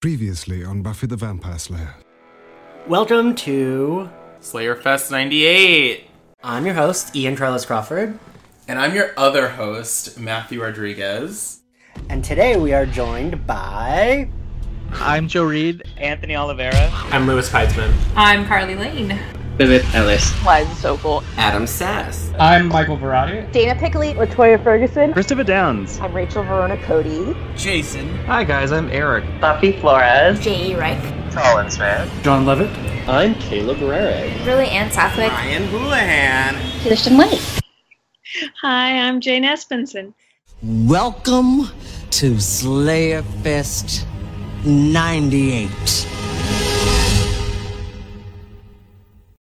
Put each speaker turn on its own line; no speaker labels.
Previously on Buffy the Vampire Slayer.
Welcome to.
Slayer Fest 98.
I'm your host, Ian Trellis Crawford,
And I'm your other host, Matthew Rodriguez.
and today we are joined by.
I'm Joe Reed.
Anthony Oliveira.
I'm Lewis Peitzman.
I'm Carly Lane.
Vivid Ellis.
Liza Sokol.
Adam Sass.
I'm Michael Verratti.
Dana Pickley. Latoya Ferguson.
Christopher Downs.
I'm Rachel Verona Cody.
Hi guys, I'm Eric.
Buffy Flores.
J.E. Reich.
Collins, man.
John Levitt.
I'm Caleb Rarick.
Really, Anne Southwick.
Ryan Houlihan.
Kirsten White.
Hi, I'm Jane Espenson.
Welcome to Slayer Fest 98.